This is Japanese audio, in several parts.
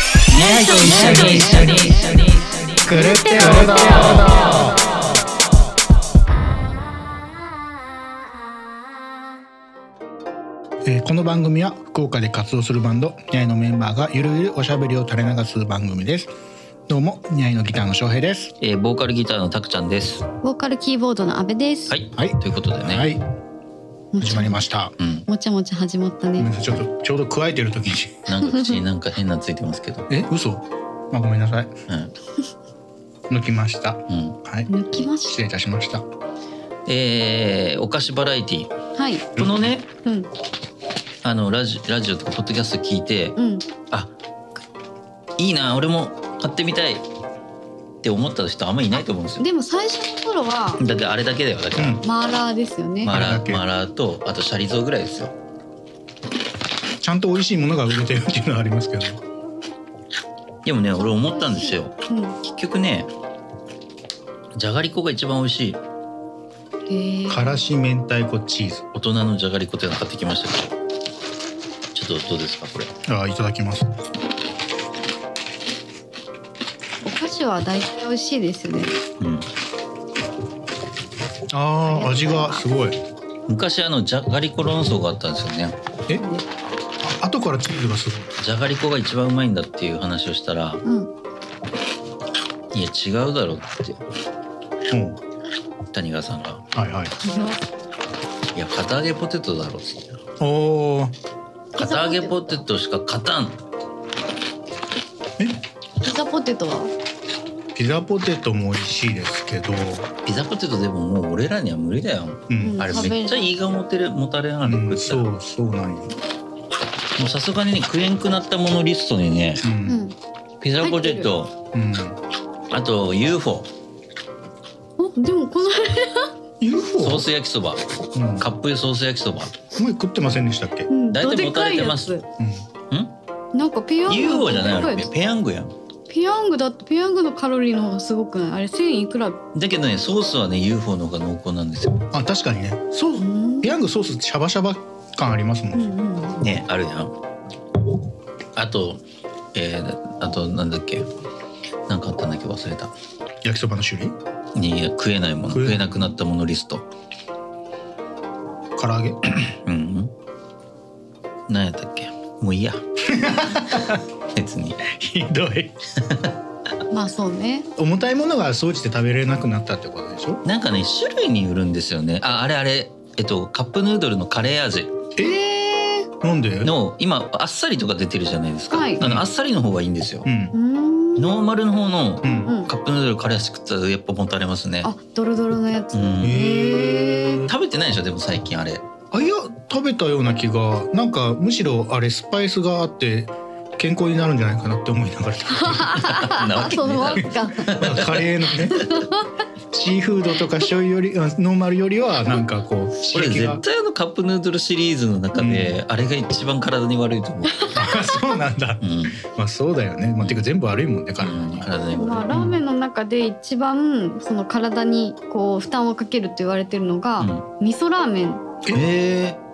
と一緒に一緒に狂ってるのえーこの番組は福岡で活動するバンドニャイのメンバーがゆるゆるおしゃべりを垂れ流す番組ですどうもニャイのギターの翔平ですえーボーカルギターのたくちゃんです。はボーカルキーボードの阿部です、い、はいということでね。はいもち始ゃまりましたうん、もちゃもちゃ始まったごめんなねさいちょっとちょうど加えてる時になんか口になんか変なのついてますけど。 え嘘あごめんなさいうん、抜きましたうん、はい抜きまし失礼いたしましたえーお菓子バラエティ。こたはいのね、うんあのラジラジオとかポッドキャスト聞いて、うんあ、いいな、俺も買ってみたいって思った人あんまりいないと思うんですよ。でも最初の頃はだってあれだけだよ。だから、うんマーラーですよね、マあれラだけマラとあとシャリゾウぐらいですよ。ちゃんと美味しいものが売れてるっていうのはありますけどでもね、俺思ったんですよ。うん、結局ね、じゃがりこが一番美味しい。へえからし明太子チーズ大人のじゃがりこっていうの買ってきましたけど。ちょっとどうですかこれ。あーいただきますお菓子は大体美味しいですよねうん。あー味がすごい昔あのじゃがりこ論争があったんですよねえあ後からチーズがすごいじゃがりこが一番うまいんだっていう話をしたらうんいや違うだろうってうん谷川さんがはいはいいや片揚げポテトだろうっつっておー片揚げポテトしか勝たんえピザポテトはピザポテトも美味しいですけどピザポテトでももう俺らには無理だようん、うんあれめっちゃ胃がもてるもたれなうの食ん、ったら、もそうそうなんよ、うさすがにね食えんくなったものリストにねううんんピザポテトうん、あと UFO おでもこの UFO ソース焼きそばうん、カップソース焼きそば前食ってませんでしたっけ、ううん大体持たれてますどでかん、いんやつなんかペヤング UFO じゃないあでかれやつペヤングやんペヤングだってペヤングのカロリーの方がすごくないあれ1000いくらだけどねソースはね UFO の方が濃厚なんですよあ確かにねソうーんスペヤングソースシャバシャバ感ありますもうんん、うんねあるやんあとえー、あとなんだっけなんかあったんだっけ忘れた焼きそばの種類いや食えないもの食え食えなくなったものリスト唐揚げ うん何やったっけもういいや 別にひどいまあそうね重たいものが装置で食べれなくなったってことでしょなんかね種類によるんですよねああれあれえっとカップヌードルのカレー味えーなんでの今あっさりとか出てるじゃないですか、はいあのあっさりの方がいいんですよう、んうーんノーマルの方のうん、うんカップヌードルカレー味食ったらやっぱもたれますねあドロドロのやつうへんへー食べてないでしょでも最近あ れあいや食べたような気がなんかむしろあれスパイスがあって健康になるんじゃないかなって思いながら食べてなわあけねそえのだわろけか るカレーのねシーフードとか醤油よりあノーマルよりはなんかこうこ刺れ激が絶対あのカップヌードルシリーズの中で、あれが一番体に悪いと思う、あ そうなんだうんまあそうだよねまあてか全部悪いもんね体に、体にまあ悪い、ラーメンの中で一番その体にこう負担をかけると言われてるのが、味噌ラーメンうん、えー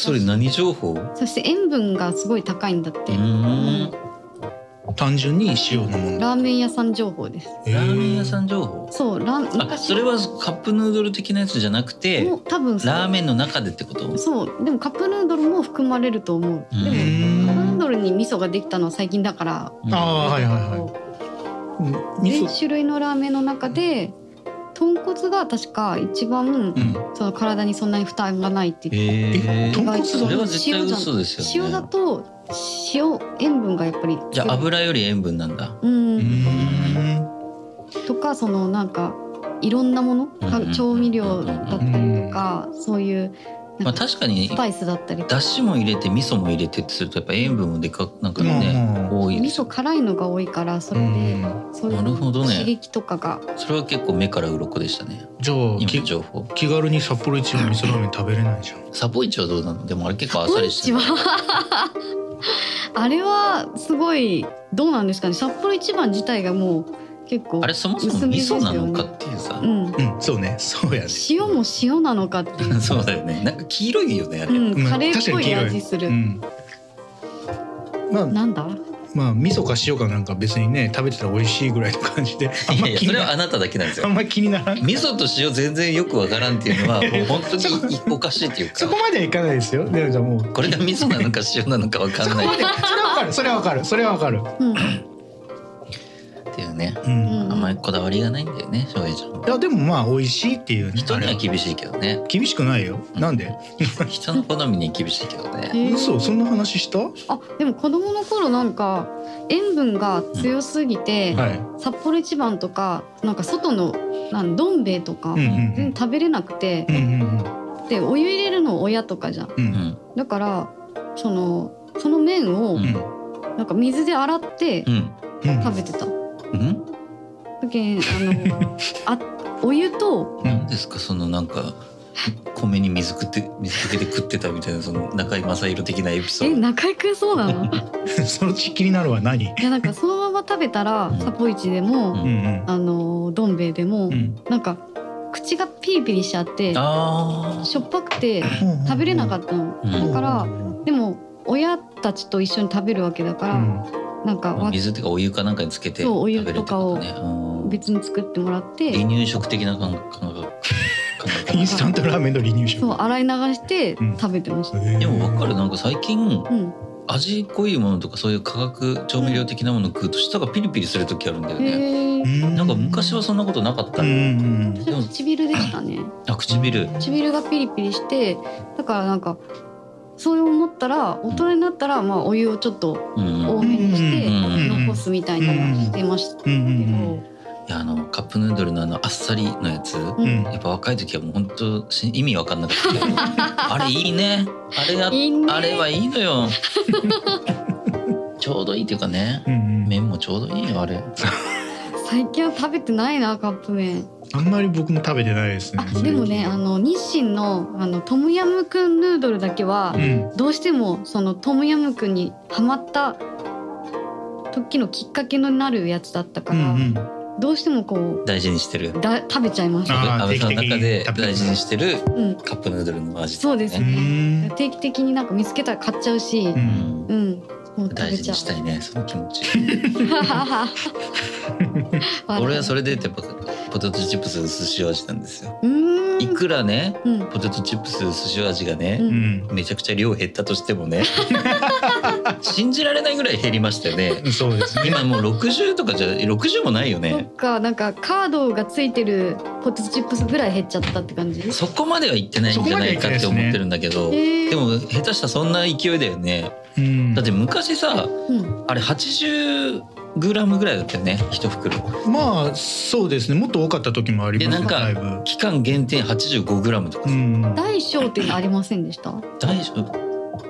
それ何情報うそして塩分がすごい高いんだって、ーん単純に塩のものラーメン屋さん情報ですへーラーメン屋さん情報そうラーあそれはカップヌードル的なやつじゃなくてもう多分そうラーメンの中でってことそうでもカップヌードルも含まれると思う、うんでうもカップヌーんドルに味噌ができたのは最近だからあーはいはいはいこうんう味全噌種類のラーメンの中で豚骨が確か一番うんその体にそんなに負担がないって言ってええ豚骨それはが絶対嘘ですよね塩だと塩塩分がやっぱりじゃあ油より塩分なんだううんんとかそのなんかいろんなものかうん調味料だったりとかそういうまあ確かにスパイスだったりだしも入れて味噌も入れてってするとやっぱ塩分もでかなんかうねん多いで味すよ噌辛いのが多いからそれうでんそういうなるほどね刺激とかがそれは結構目から鱗でしたねじゃあ今のき情報気軽に札幌一の味噌ラーメン食べれないじゃんサポイチはどうなのでもあれ結構あっさポりイしてチるは あれはすごいどうなんですかね札幌一番自体がもう結構あれそもそも味噌なのかっていうさう、んうんそうねそうやね塩も塩なのかってい うそうだよねなんか黄色いよねあれ、うんうんカレーっぽ確かにい黄色味するうんまあなんだまあ味噌か塩かなんか別にね食べてたら美味しいぐらいの感じであんいまやいや気そにれなはあなただけなんですあよんま気にならん味噌と塩全然よくわからんっていうのはもう本当におかしいっていうそかこまではいかないですよでもじゃあもうこれが味噌なのか塩なのかわかそんこないまっでそれはわかるそれはわかるそれはわかる、うんていうねう、うんんあんまりこだわりがないんだよね翔平ちゃんいやでもまあ美味しいっていうね人にあはれ厳しいけどね厳しくないよなんで人の好みに厳しいけどねへえ嘘そんな話したはあでも子供の頃なんか塩分が強すぎて、い札幌一番とかなんか外のなんどん兵衛とか、うん全然食べれなくてうんう、んでお湯入れるの親とかじゃんうんううんんだからそのその麺をううんなんか水で洗ってうんうん食べてた、うんだけんあのあお湯とうん何ですかそのなんか米に水くって水かけて食ってたみたいなその中井正宏的なエピソえード中居君そうなのそのうち気になるは何いやなんかそのまま食べたらうんサポイチでも、うんうんあのどん兵衛でも、うんうんなんか口がピリピリしちゃってあしょっぱくてうん食べれなかったの、うんだからうんでも親たちと一緒に食べるわけだから、なんかあわ水っていうかお湯かなんかにつけてそう食おべ湯るってことねうん別に作ってもらって離乳食的な感覚 感覚感イン覚スタントラーメンの離乳そう食洗い流してうん食べてました、へーでもわかるなんか最近うん、味濃いものとかそういう化学調味料的なもの食うと舌がピリピリする時あるんだよねへえうんなんか昔はそんなことなかったうんうんうん私は唇でしたねあ唇唇がピリピリしてだからなんかそう思ったら大人になったらまあお湯をちょっとうんうん多めにしてうんうん残すみたいなのをしてましうたんけうんうんどいやあのカップヌードルのあのあっさりのやつううんんやっぱ若い時はもう本当し意味わかんなかったけど あれいいねあれがいいねあれはいいのよ ちょうどいいっていうかねうんうん麺もちょうどいいよあれ最近は食べてないなカップ麺あんまり僕も食べてないですねあでもねあの日清のあのトムヤムクンヌードルだけはうんどうしてもそのトムヤムクンにハマった時のきっかけになるやつだったかうんうら、んどうしてもこ大事にしてるうだ食べちゃいます、あー安倍さんの中定で期的に大事にしてるうん、カップヌードルの味ってそうですうねん定期的になんか見つけたら買っちゃうしううんんうん、もう食大べ事にちゃうしたいねその気持ち俺はそれでやっぱポテトチップス薄塩味なんですようーんいくらねうんポテトチップス薄塩味がね、うんうんめちゃくちゃ量減ったとしても ね信じられないぐらい減りましたよねそうですね今もう60とかじゃ60もないよそねっかなんかカードがついてるポテトチップスぐらい減っちゃったって感じそこまでは行ってないんじゃないかって思ってるんだけどそこまでは行ってでなも下手したらそんな勢いだよねうんだって昔さうんあれ 80g ぐらいだったよね一袋まあそうですねもっと多かった時もありますでなんかだいぶ期間限定 85g とかうさん大小っていうのありませんでした大小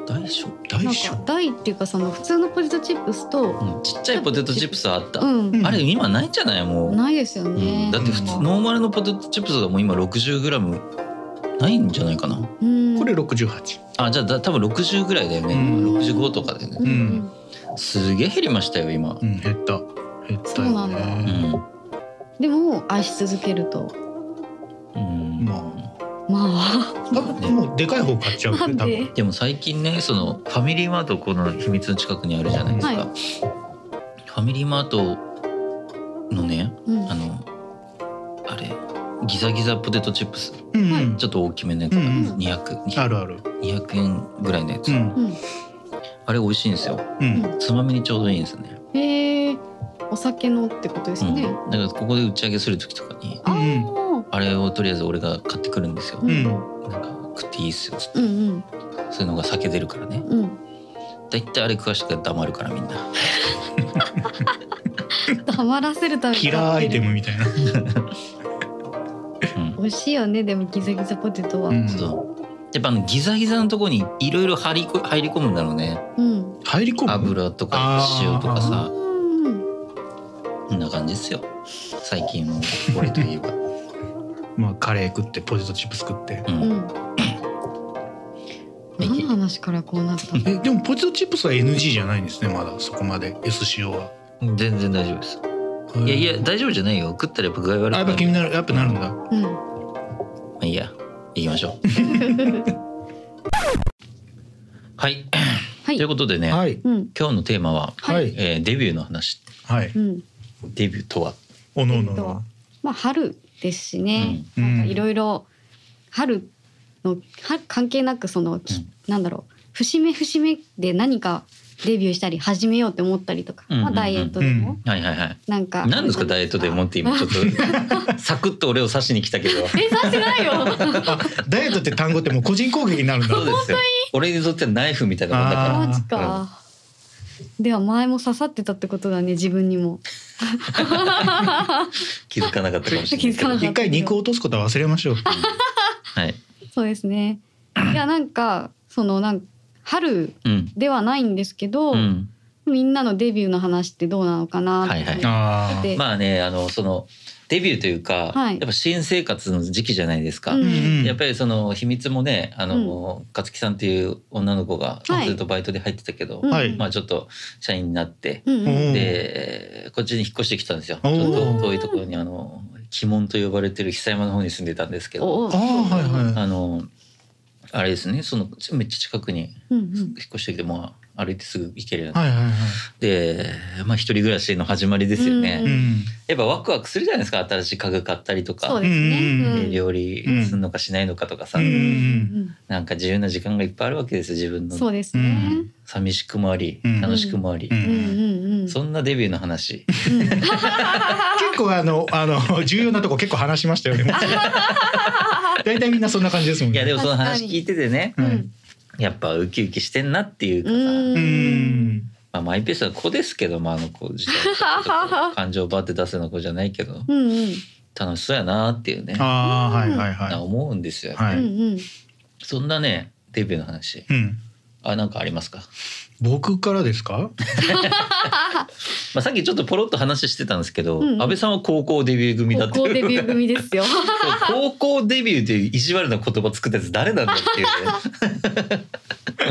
大小大なん小か大っていうかその普通のポテトチップスとうんちっちゃいポテトチップスはあった、うん、んあれ今ないんじゃないもう、ないですようねん、だって普通ノーマルのポテトチップスがもう今 60g ないんじゃないかなうんこれ六十八あじゃあだ多分60ぐらいだよね、うん65とかだよねうん、すげえ減りましたよ今うん減った減ったそうなよんだうねん、でも愛し続けるとうんままあ多分もうでかい方買っちゃうよなねん多分ででも最近ねそのファミリーマートこの秘密の近くにあるじゃないですか、はいファミリーマートのねうんあのあれギザギザポテトチップスうんうはいんちょっと大きめのやつ、うんうん200200あるある円ぐらいのやつ、うんうんあれ美味しいんですようんつまみにちょうどいいんですよね、へえお酒のってことですうん、ね、だからここで打ち上げする時とかにああうんあれをとりあえず俺が買ってくるんですよ、うんなんか食っていいっすよつってうんそういうのが酒出るからねうんうんだいたいあれ食わしてから黙るからみんなハマらせるためにキラーアイテムみたいな美味しいよねでもギザギザポテトは、ううんんそうやっぱあのギザギザのとこにいろいろ入りこ入り込むんだろうね入り込む油とか塩とかさうんこんな感じですよ最近の俺といえば、まあカレー食ってポテトチップス食ってう、うんん何の話からこうなったのえでもポテトチップスは NG じゃないんですねまだそこまで SCO は全然大丈夫ですいやいや大丈夫じゃないよ食ったらやっぱ具合悪くあやっぱな気るになるやっぱなるんだうんまあいいや行きましょうはいはいということでね、はいうん今日のテーマは、ははいいえーデビューの話はいうんデビューとはおのおのえっとまあ春ですしね、うんなんかいろいろ春のは関係なくその、きうんなんだろう節目節目で何かデビューしたり始めようって思ったりとか、うんうんうんまあ、ダイエットでも、うんはいはいはいなんか何ですかダイエットでもって今ちょっとサクッと俺を指しに来たけどえさしてないよダイエットって単語ってもう個人攻撃になるんだそうですよ俺にとってはナイフみたいなもんだからあーマジか、では前も刺さってたってことだね自分にも気づかなかったかもしれないけど気づかなか一回肉を落とすことは忘れましょうはい、そうですねいやなんかそのなん春うんではないんですけど、うん、みんなのデビューの話ってどうなのかなって、はいはいあーでまあねあのそのデビューというか、はいやっぱ新生活の時期じゃないですか、うんやっぱりその秘密もねあの、勝木さんっていう女の子がはいずっとバイトで入ってたけど、うんはいまあちょっと社員になって、うんうんうんでこっちに引っ越してきたんですよちおーょっと遠いところにあの鬼門と呼ばれてる久山の方に住んでたんですけどおあーはいはいあのあれですねそのめっちゃ近くにうん引っ越してきて、まあ、歩いてすぐ行けるようになっはいはいはいて、まあ一人暮らしの始まりですよね。うんうんやっぱワクワクするじゃないですか新しい家具買ったりとそうか、ですね。うんうんうんね料理するのかしないのかとかさ、ううんんうんなんか自由な時間がいっぱいあるわけですよ自分そのうですね。うん寂しくもあり、うん楽しくもあり、うんうんうんうん。そんなデビューの話うん結構あのあの 重要なとこ結構話しましたよね。大体みんなそんな感じですもんいね。やでもその確話かに聞いててねうんやっぱウキウキしてんなっていうかさ、うんうーん。まあ、マイペースな子ですけど、まあ、あの子自体はちょっ と感情バーって出すような子じゃないけどうんうん楽しそうやなっていうねああはいはいなは思うんですよ、い。はい。うんうん。そんなねデビューの話うん。あなんかありますか、僕からですか？まあ、さっきちょっとポロッと話してたんですけど、うんうん安倍さんは高校デビュー組だって高校デビ ュー組で すよ。そう高校デビューっていう意地悪な言葉作ったやつ誰なんだっていうね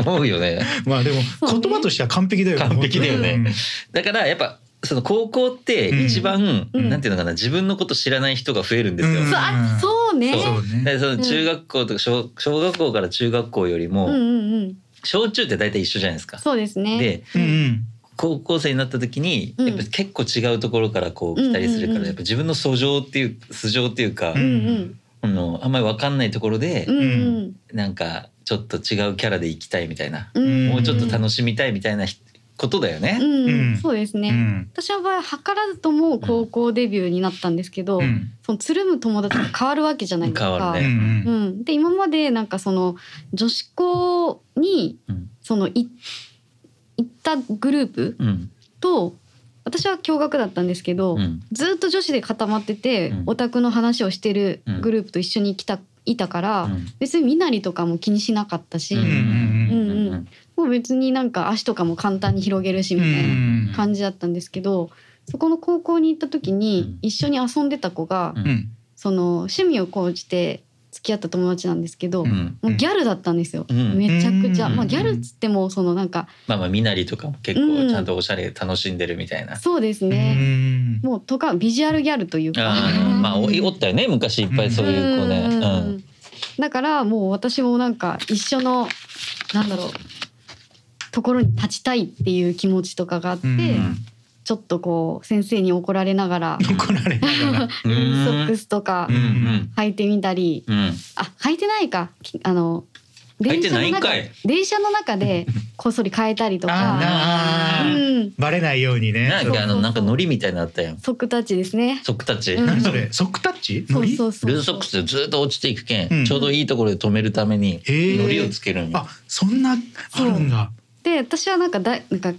思うよねまあでもそうね言葉としては完璧だよね。完璧だよね本だからやっぱその高校って一番、うんなんていうのかな自分のこと知らない人が増えるんですよ、うんそうあそうね当に。。そうね。でその中学校とか小小学校から中学校よりうも、んうんうん。小中って大体一緒じゃないですか。そうですね。でうんうん。高校生になった時に、うんやっぱ結構違うところからこう来たりするから、うんうんうんやっぱ自分の素性っていう素性っていうか、ううんんあのあんまり分かんないところで、うんうんなんかちょっと違うキャラで行きたいみたいな、うん。もうちょっと楽しみたいみたいなひことだよね。うんううんん。そうですうね。ん。私の場合は図らずとも高校デビューになったんですけどう、んそのつるむ友達が変わるわけじゃないですか。変わるうねうんん、で今までなんかその女子校にうんそのい行ったグループうんと私は共学だったんですけど、うんずっと女子で固まってて、うんオタクの話をしてるグループと一緒に来たいたから、うん別に身なりとかも気にしなかったし、うんうんうんうんもう別になんか足とかも簡単に広げるしう。みたいなん感じだったんですけど、そこの高校に行った時にうん一緒に遊んでた子が、うんうんその趣味を講じて付き合った友達なんですけど、うんもうギャルだったんですよ、うんめちゃくちゃ、うんまあギャルっつってもそのなんかまあまあみなりとかも結うん構ちゃんとおしゃれ楽しんでるみたいな。そうですうね、ん。もうとかビジュアルギャルというかあーまあおいおったよね昔いっぱいそういう子ね。うんうんだからもう私もなんか一緒のなんだろうところに立ちたいっていう気持ちとかがあって、うんちょっとこう先生に怒られながら怒られながら。ミニソッうクスとかんうん履いてみたり、うんあ履いてないかきあの履い電て車なのいん中かい電車の中でこっそり変えたりとか、あうーなーん、バレないようにね。なんかあのなんかノリみたいなのあったやん。ソックタッチですね。ソックたち。うん何それ？ソックタッチ？そノうリそ？うそう。ルーズソックスでずっと落ちていくけん、うんちょうどいいところで止めるためにへーノリをつけるんよ。あ、そんなあるんだ。で私はなんかだいなんか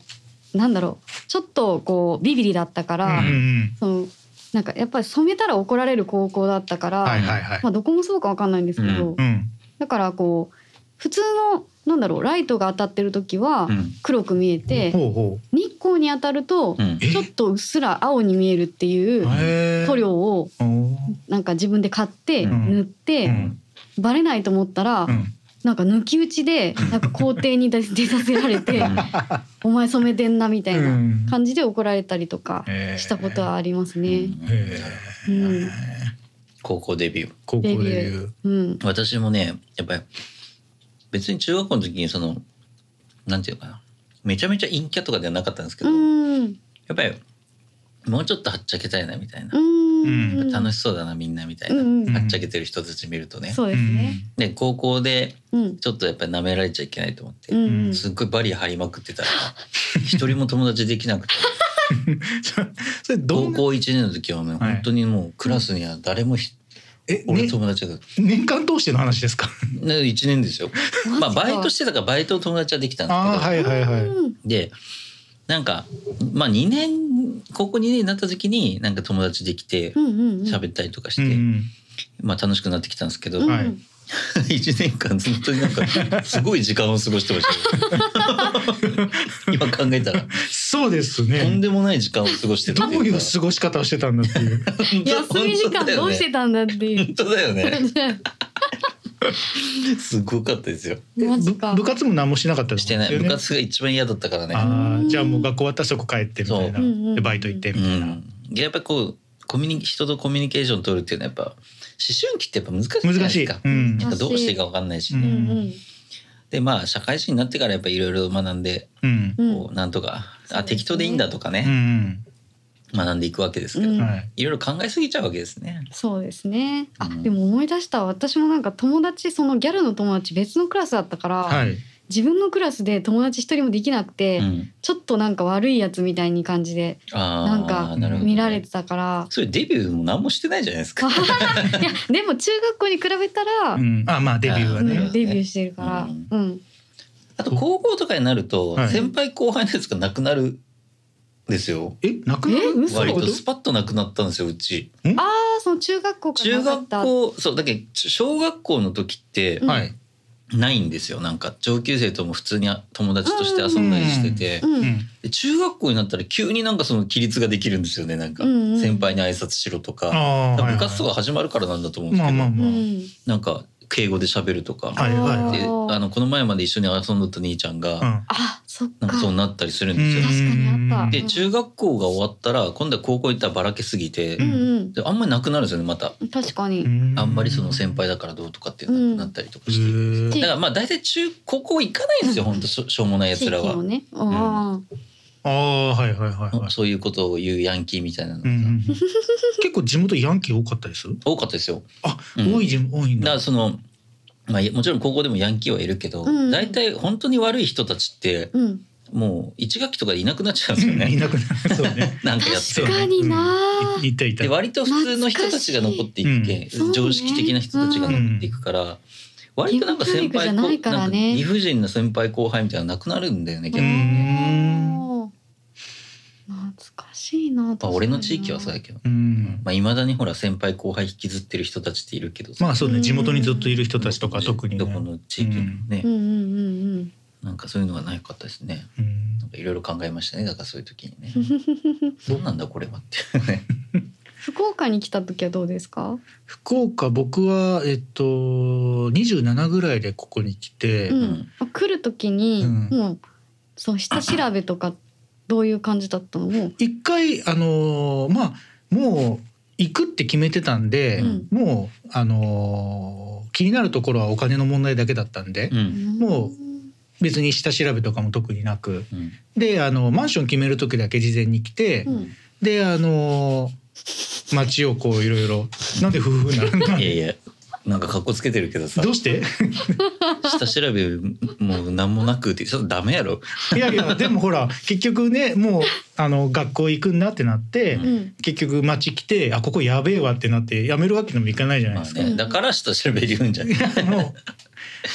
なんだろうちょっとこうビビリだったかうんうら、んそのなんかやっぱり染めたら怒られる高校だったから、うん。はいはいはいま。あどこもそうかわかんないんですけど、うん。だからこう普通のなんだろうライトが当たってる時はうん黒く見えて、ほうほ日光に当たるとうんえちょっとうっすら青に見えるっていうう。へー塗料をおーなんか自分で買ってうん塗って、うんバレないと思ったら、うん。なんか抜き打ちでなんか校庭に出出させられて「お前染めてんな」みたいな感じで怒られたりとかへーしたことはありますうね。んへーうん高校デビュー。高校でレビいう。うん私もねやっぱり別に中学校の時にそのなんていうのかなめちゃめちゃ陰キャとかではなかったんですけうど、やんっぱりもうちょっとはっちゃけたいなみたいな、うん楽ししそうだなみんなみたいうんな、うんはっちゃけてる人たち見るとねそうですねで高校でうんちょっとやっぱり舐められちゃいけないと思って、うんうんすっごいバリア張りまくってたら一人も友達できな くてそれそれど高ん 校な1年の時はね、はい本当にもうクラスには誰もひ、え、俺ね、友達が、年間通しての話ですかね、1年ですよまあマジかバイトしてたからバイトの友達はできたんですけあど、 あはいはいはい、うんでなんかまあ2年高校2年になった時になんか友達できてうんうんうん喋ったりとかしうんうて、んまあ楽しくなってきたんですけど、 うんはい1年間ずっとなんかすごい時間を過ごしてましたよ今考えたらそうですとんねでもない時間を過ごしてるどうっていいううか過ごし方をしてたんだっていう休み時間どうしてたんだっていう 本当だよ ねすごかったですよマジえかぶ部活も何もしなかったんでしすよてねない部活が一番嫌だったからねああじゃあもう学校終わったらそこ帰ってみたいなそううんうんでバイト行ってうみたいな、ん、でやっぱりこうコミュニ人とコミュニケーション取るっていうのはやっぱ思春期ってやっぱ難しいじゃない難でしすい、かうんなんかどうしていいか分かんないし、ううんんねうんでまあ社会人になってからやっぱいろいろ学んで、うんうんこうなんとかそうであすね適当でいいんだとかうね、ん学んでいくわけですけど、ううんんはいいろいろ考えすぎちゃうわけですね。そうですねあうんでも思い出した私もなんか友達そのギャルの友達別のクラスだったから、はい自分のクラスで友達一人もできなくて、うん、ちょっとなんか悪いやつみたいに感じであなーんかなるほどね見られてたから、 それデビューも何もしてないじゃないですか。いやでも中学校に比べたら、うん、あまあデビューはうねんデビューしてるから、うんうんあと高校とかになるとはい先輩後輩のやつがなくなるんですよ。えなくなえる嘘そうい割うことスパッとなくなったんですようち。ああその中学校から中なかっ学た校そうだけど小学校の時ってうとんはい、ないんですよなんか上級生とも普通に友達として遊んだりしてて、うん、で中学校になったら急になんかその規律ができるんですよねなんかうんうん先輩に挨拶しろとか。ああ部活とかか始まるからなんだと思うんですまけあまど、あうまあ、んなんか敬語で喋るとか、はいはいはいでーあのこの前まで一緒に遊んだった兄ちゃんが、うんあそっかなんかそうなったりするんですよ。確かにあったでうん中学校が終わったら今度は高校行ったらばらけすぎて、ううんであんまりなくなるんですよねまた、うん確かに、あんまりその先輩だからどうとかっていうのがなくなったりとかへして、ーだからまあ大体中高校行かないんですよ本当しょしょうもないやつら地は域も、ねあーああはいはいはいはい、そういうことを言うヤンキーみたいなのがうんうんうん、結構地元ヤンキー多かったです多かったですよ。あ、うん多い地多いんだかだらそのまあ、もちろん高校でもヤンキーはいるけど、うん大体本当に悪い人たちってうんもう一学期とかでいなくなっちゃうんですよいね。なくなるそう ねなんかやって確かになうんいいたいたで割と普通の人たちが残っていって、懐かしいうん常識的な人たちが残っていくから、割となんか先輩義務教育じゃないからなねんか理不尽な先輩後輩みたいなのなくなるんだよねう逆に、まん懐かしいな。あ、俺の地域はそうや確けどうんまあ、未だにほら先輩後輩引きずってる人たちっているけどさまあそうね地元にずっといる人たちとか特にねどこの地域もね、かにな。うんうんうんうん。なんかそういうのがなかったですねうんなんかいろいろ考えましたねだからそういう時に ねどうなんだこれはってね福岡に来た時はどうですか？福岡僕はえっと27ぐらいでここに来て、うん来る時に、うんもうそう下調べとかどういう感じだったのもう。一回あのーまあもう行くって決めてたんで、うんもうあのー気になるところはお金の問題だけだったんで、うんもう別に下調べとかも特になくうんであのマンション決める時だけ事前に来て、うん。であのー街をこういろいろなんで夫婦なのいやいやなんか格好つけてるけどさどうして下調べもう何もなくってちょっとダメやろいやいやでもほら結局ねもうあの学校行くんだってなって、うんうん結局街来てあここやべえわってなってやめるわけにもいかないじゃないまであすか。ね、だから下調べ言うんじゃない。いいやもう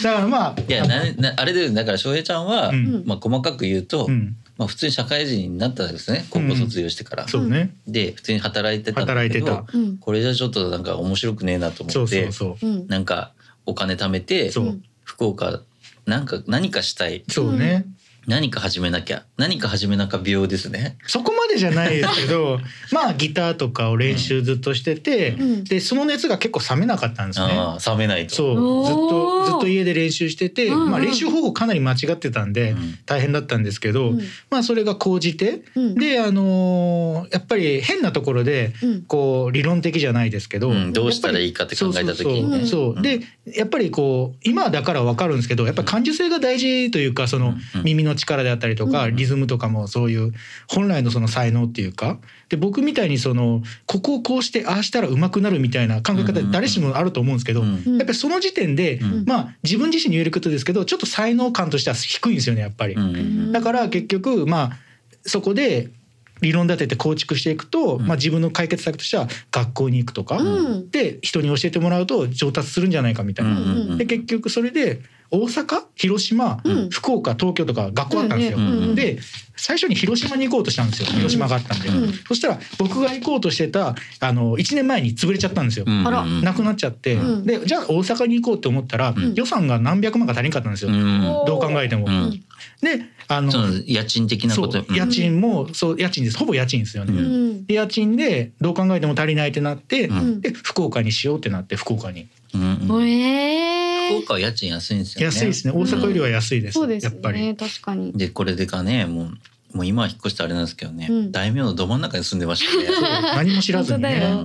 だからまあや、な、な、あれで、だから、翔平ちゃんは、うんうんまあ、細かく言うと、うん、まあ、普通に社会人になったんですね。高校卒業してから。そうねで、普通に働いてたんだけど。働いてたうんこれじゃ、ちょっと、なんか、面白くねえなと思って。そうそうそううん。なんか、お金貯めて、そううん福岡。なんか何かしたいそうね、何か始めなきゃ何か始めなきゃ病ですねそこまでじゃないですけ どまあギターとかを練習ずっとしてて、うんでその熱が結構冷めなかったんですね。ああ冷めないとそおうーずっとずっと家で練習してて、うんうんまあ、練習方法かなり間違ってたんで、うん大変だったんですけど、うんまあ、それが高じて、うんで、あのーやっぱり変なところでうんこう理論的じゃないですけど、うんどうしたらいいかって考えた時にねそうそうそうそうでやっぱりこう今だからわかるんですけどやっぱり感受性が大事というかそのうん耳のの力であったりとか、うんリズムとかもそういう本来のその才能っていうかで僕みたいにそのここをこうしてああしたら上手くなるみたいな考え方うんうんうん誰しもあると思うんですけど、うんうんやっぱりその時点で、うんまあ自分自身に言えることですけどちょっと才能感としては低いんですよねやっぱり。うんだから結局まあそこで理論立てて構築していくと、うんまあ、自分の解決策としては学校に行くとか、うんで人に教えてもらうと上達するんじゃないかみたいな。うんうんで結局それで大阪広島、うん福岡東京とか学校あったんですよ。うんうんで最初に広島に行こうとしたんですよ広島があったんで、うんそしたら僕が行こうとしてたあの1年前に潰れちゃったんですよ、うんあらうんなくなっちゃって、うんでじゃあ大阪に行こうって思ったら、ん予算が何百万か足りんかったんですよ、うんどう考えても。うんであのその家賃的なそこうと家賃もそう家賃ですほぼ家賃ですよね。ううんんで家賃でどう考えても足りないってなって、うんうんで福岡にしようってなって福岡にうんうんえー福岡は家賃安いんですよね安いですね大阪よりは安いです,、そうですやっぱ りね確かに。でこれでかねもうもう今は引っ越してあれなんですけどね、うん大名のど真ん中に住んでましたね何も知らずに本当だよ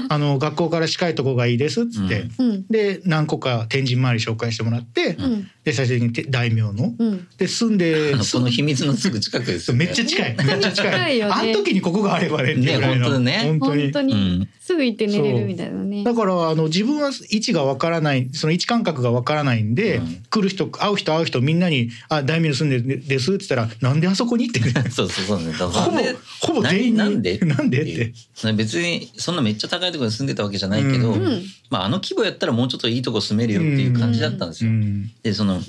ね あの学校から近いとこがいいですっつって、うんうんで何個か天神周り紹介してもらって、うんで最終的に大名のうん。で住んで あのこの秘密のすぐ近くですよねめっちゃ近いめっちゃ近い 近いよねあの時にここがあればねっていうぐらいのね本当本当ねに本当うにんすぐ行って寝れるみたいなね。だからあの自分は位置がわからないその位置感覚がわからないんで、うん来る人会う人会う人みんなに「あ大名に住んでるんです」って言ったら「なんであそこに?」って、ね、そうそうそうね。だからほぼでほぼ全員にななんでなんで?」っっていてう。それ別にそんなめっちゃ高いところに住んでたわけじゃないけど、うんまああの規模やったらもうちょっといいとこ住めるよっていう感じだったんですうよ。んでその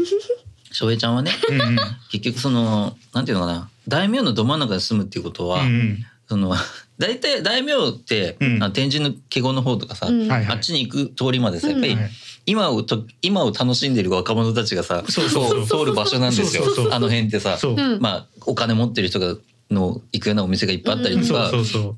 翔平ちゃ んはねうんうん結局そのなんていうのかな大名のど真ん中に住むっていうことは、うんその大体大名って、うんあの天神の華厳の方とかさ、うんはいあっちに行く通りまでさやっぱり、うんはい今をと今を楽しんでる若者たちがさそうそう こう通る場所なんですよそうそうそうあの辺ってさそう、うんまあお金持ってる人がの行くようなお店がいっぱいあったりとそうかそ、うそう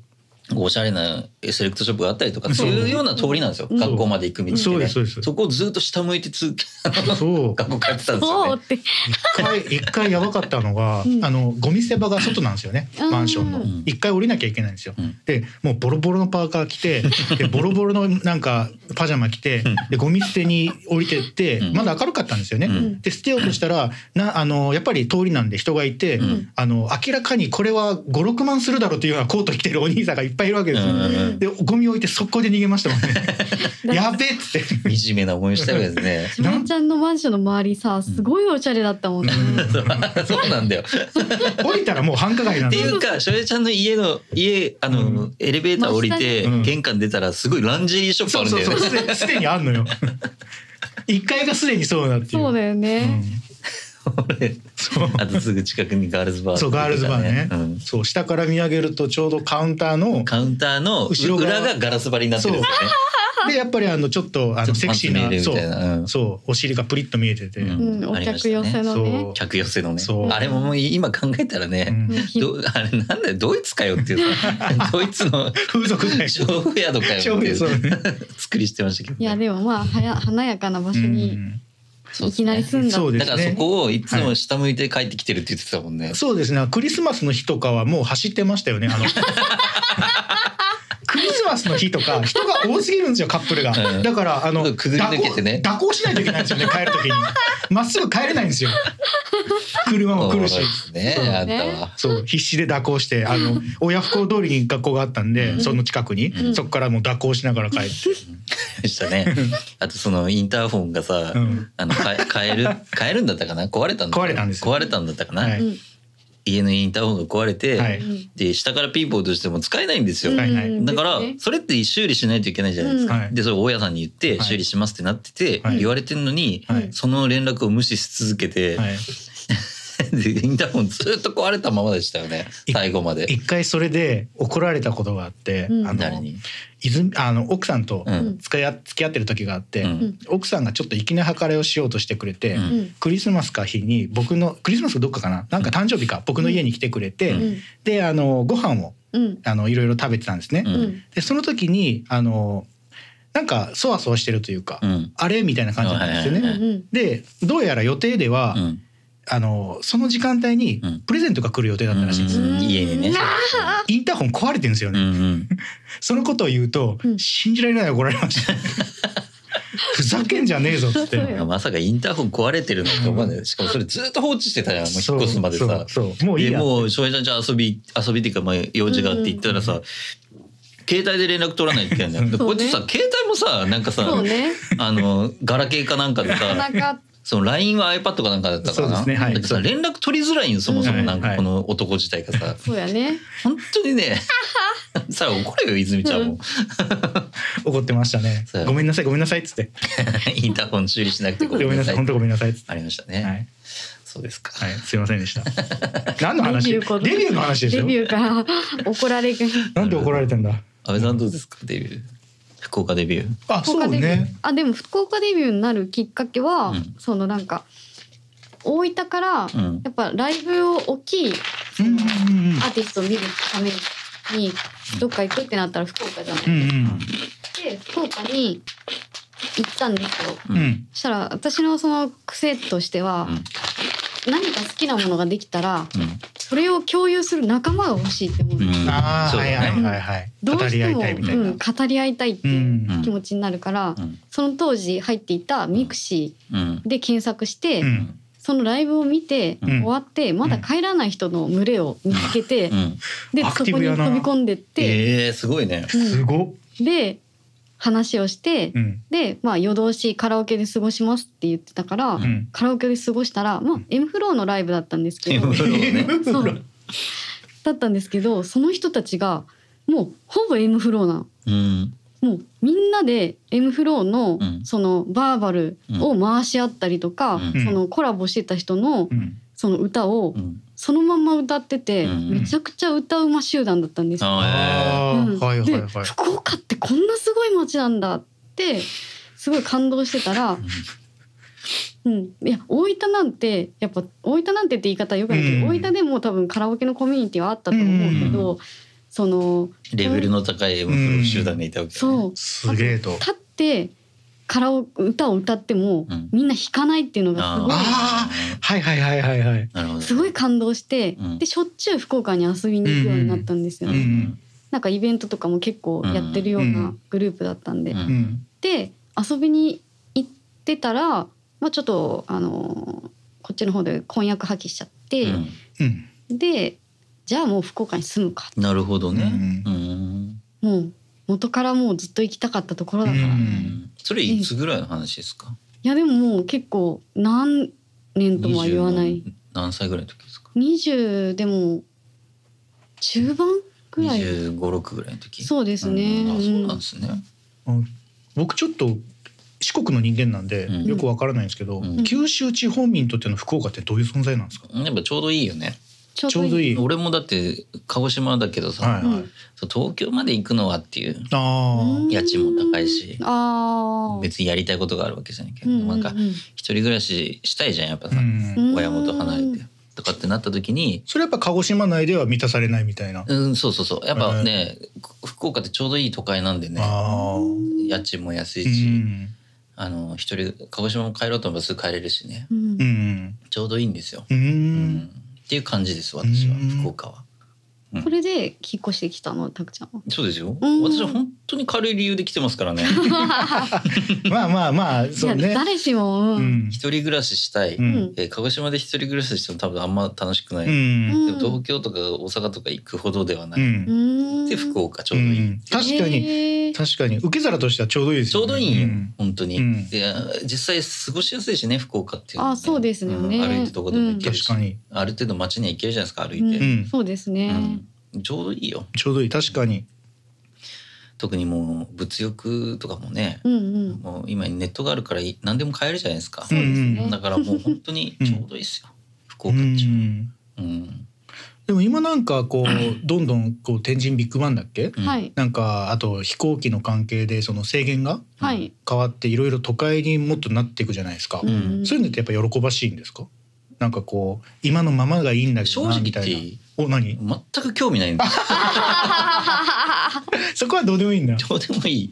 おしゃれなセレクトショップがあったりとかそそうういうような通りなんですよ、うん学校まで行く道ってそうねですそうですこをずっと下向いて通勤 そう学校帰ってたんですそようっね。て。一 回一回やばかったのが、うんあのゴミ捨て場が外なんですよねうんマンションうのん一回降りなきゃいけないんですよ、うんでもうボロボロのパーカー着てでボロボロのなんかパジャマ着てでゴミ捨てに降りてってうんまだ明るかったんですよね、うんで捨てようとしたらなあのやっぱり通りなんで人がいて、んあの明らかにこれは56万するだろうというようなコート着てるお兄さんがいっぱいいるわけですよ、うんうんでゴミ置いて速攻で逃げましたも んねやべえっつって惨めな思いをしたわけですしめちゃんのマンションの周りさ、すごいおしゃれだったもんね。ね。そうなんだよ。っ降りたらもう繁華街なんてでいうか、しょえちゃんの家の家あの、うんエレベーター降りて、うん玄関出たらすごいランジェリーショップあそうるんそだうそようね。すですでにあん のよ一階がすでにそうだっていうそうだよね。俺そうあとすぐ近くにガールズバーそうガールズバーね、うんそう下から見上げるとちょうどカウンター のカウンターの後ろが裏がガラス張りになってるんですよね。でやっぱりあのちょっとあちょのっとセパクンツシー見えなるみそたいなううんそうお尻がプリッと見えてて、ううんん、おありました客ね寄せのねそ。客寄せのねそうあれももう今考えたらうね、んうんどあれなんだよドイツかよっ ていうさドイツの風俗街娼婦宿かよってい娼婦そうねう作りしてましたけどね、いやでもまあはや華やかな場所にそういですきねなり住んだ。そうでだすからそねこをいつも下向いて帰ってきてるって言ってたもんね、そうですねクリスマスの日とかはもう走ってましたよねあ のクリスマスの日とか人が多すぎるんですよカップルが、うんだからあのくぐり抜けてね蛇行蛇行しないといけないんですよね帰る時にまっすぐ帰れないんです よ車も来るしそうですねそうあんねたはそう必死で蛇行してあ の親不孝通りに学校があったんで、うんその近くに、うんそこからもう蛇行しながら帰って、でしたねあとそのインターホンがさ、うんあのか変える変えるんだったかな壊れたんだった壊れたんですよ壊れたんだったかな、はい家のインターホンが壊れて、はいで下からピーポーとしても使えないんですよ、はいはいだからうんそれって修理しないといけないじゃないですか、うんはいでそれを大家さんに言ってはい修理しますってなっててはい言われてんのに、はいその連絡を無視し続けて、はい、でインターホンずっと壊れたままでしたよねい最後まで。一回それで怒られたことがあって、うんあ誰のに、泉あの奥さんとうん付き合付き合ってる時があって、うん奥さんがちょっと粋な計らいをしようとしてくれて、うんうんクリスマスか日に僕のクリスマスかどっかかななんか誕生日か僕の家に来てくれて、うんであのご飯をうんあのいろいろ食べてたんですね。うんうんでその時にあのなんかそわそわしてるというか、うんあれみたいな感じなんですよはいはいね。はいうんでどうやら予定では、うんあのその時間帯にうんプレゼントが来る予定だったらしいんですよ、うん家にね。インターホン壊れてるんですようね、んうんそのことを言うと、うん 信じられない怒られましたふざけんじゃねえぞっつっそうよて。まさかインターホン壊れてるなんて思わない。しかもそれずっと放置してたじゃん。もう引っ越すまでさ。そうそうもういいでや。もう翔平ちゃんじゃあ遊び遊びっていうかまあ用事があって行ったらさ、携帯で連絡取らないとい けないんだよ。そこうっねちさ携帯もさなんかさそうねあのガラケーかなんかでな さか。なかその LINE は iPad かなんかだったかそうでな。すねはいだけどさ連絡取りづらいんよそもそもうんなんはかいこの男自体がさ。そうやね本当 にねさあ怒れよ泉ちゃんも。怒ってましたねそう。ごめんなさいごめんなさいっつって。 インターホン修理しなくてごごめめんんななささいい。本当ごめんなさいっつって。ありましたはね。いそうですか。はいすいませんでした。 何の話？デデビューこビューの話でしデょ。ビューから 怒られるなんで怒られてんだ。安倍さんどうですかデビュー。福岡デビュー。あ福そ岡うデビューね。あでも福岡デビューになるきっかけは、うんそのなんか大分から、うんやっぱライブを大きいうんうんアーティストを見るためにどっか行くってなったら福岡じゃない、うんで福岡に行ったんですようんうんそしたら私のその癖としては、何か好きなものができたらうん。うんそれを共有する仲間が欲しいって思う、うんああそうはいはだいね。はいはい。どう語しり合いてもたいみたいな。う、うん語り合いたいっていううん気持ちになるから、うんその当時入っていたミクシうんーで検索して、んそのライブを見て、うん終わってまだ帰らない人の群れを見つけて、うん。でアそクティこブにやな飛び込んでって、ええすごいね。 すごっ。うんで話をして、うんで、まあ、夜通しカラオケで過ごしますって言ってたから、ううん。カラオケで過ごしたら、まあ、M フローのライブだったんですけど M フロー そうだったんですけどその人たちがもうほぼ M フローなの。うん。もうみんなで M フローのうんそのバーバルを回し合ったりとか、うんそのコラボしてた人のうんその歌をうん。そのまんま歌ってて、うんめちゃくちゃ歌うま集団だったんですよ。ああうんーはいはいではい。福岡ってこんなすごい街なんだってすごい感動してたらあ。、うん、いや大分なんてやっぱ大分なんてって言い方はよくないけど、うん大分でも多分カラオケのコミュニティはあったと思うけど、そのレベルの高い M フロー集団にいたわけ。そうすげえと。立ってカラオ歌を歌っても、うんみんな弾かないっていうのがすごいあはいはいはいはいはい。なるほど。すごい。感動して、うんでしょっちゅう福岡に遊びに行くようになったんですようね、ん。なんかイベントとかも結構やってるよううなんグループだったんで、うんうん。で遊びに行ってたら、まあ、ちょっとあのーこっちの方で婚約破棄しちゃって、うん。でじゃあもう福岡に住むかなるほどね。うん。もう元からもうずっと行きたかったところだから、ういんそれいつぐらいの話ですか。やでももう結構何年ともは言わない。何歳ぐらいの時ですか。 20でも中盤ぐらい十五六ぐらいの時。そうですね、あ、そうなんうんですね。僕ちょっと四国の人間なんでうんよくわからないんですけど、うん九州地方民にとっての福岡ってどういう存在なんですか。やっぱちょうどいいよね。ちょちょうどいいい。俺もだって鹿児島だけどさ、はいうんそう東京まで行くのはっていうあうん家賃も高いしあー別にやりたいことがあるわけじゃないけど、ううなんか一人暮らししたいじゃんやっぱあ。うさ、ん。うん親元離れてとかってなった時に、それやっぱ鹿児島内では満たされないみたいな。うん、そうそうそうやっぱね、福岡ってちょうどいい都会なんでねああ。うん。家賃も安いし、あの一人鹿児島も帰ろうと思えばすぐ帰れるしねうんう、ん。ちょうどいいんですよ、ううんん。っていう感じです私は、うん福岡は。これで引っ越してきたのたくちゃんはそうですよ、うん私は本当に軽い理由で来てますから ねまあまあまあ、そういやね。誰しも、ううんん。一人暮らししたい、うん。えー鹿児島で一人暮らししても多分あんま楽しくない、ううんん。でも東京とか大阪とか行くほどではなうい、ん。うんで福岡ちうょうどいい、ん。確かに。へー確かに受け皿としてはちょうどいいですちょようね。どいいんよ、うん本当に、うんで実際過ごしやすいしね福岡っていうのはあそうですよねん歩いてどこでも行ける確し、かに。ある程度街には行けるじゃないですか歩いうて、んうんそうですうね、んちょうどいいよちょうどいい確かに。特にもう物欲とかもねう、ん、うんもう今ネットがあるからい何でも買えるじゃないですか、そうですね、だからもう本当にちょうどいいですよ、福う岡っちゅん。うのはうんでも今なんかこうどんどんこう天神ビッグバンだっけ？うんはいなんかあと飛行機の関係でその制限がはい、変わっていろいろ都会にもっとなっていくじゃないですか。んそういうのってやっぱ喜ばしいんですか？なんかこう今のままがいいんだけ正どな直み言たっていいいな。お何？ 全く興味ないんですそこはどうでもいいんだ。どうでもいい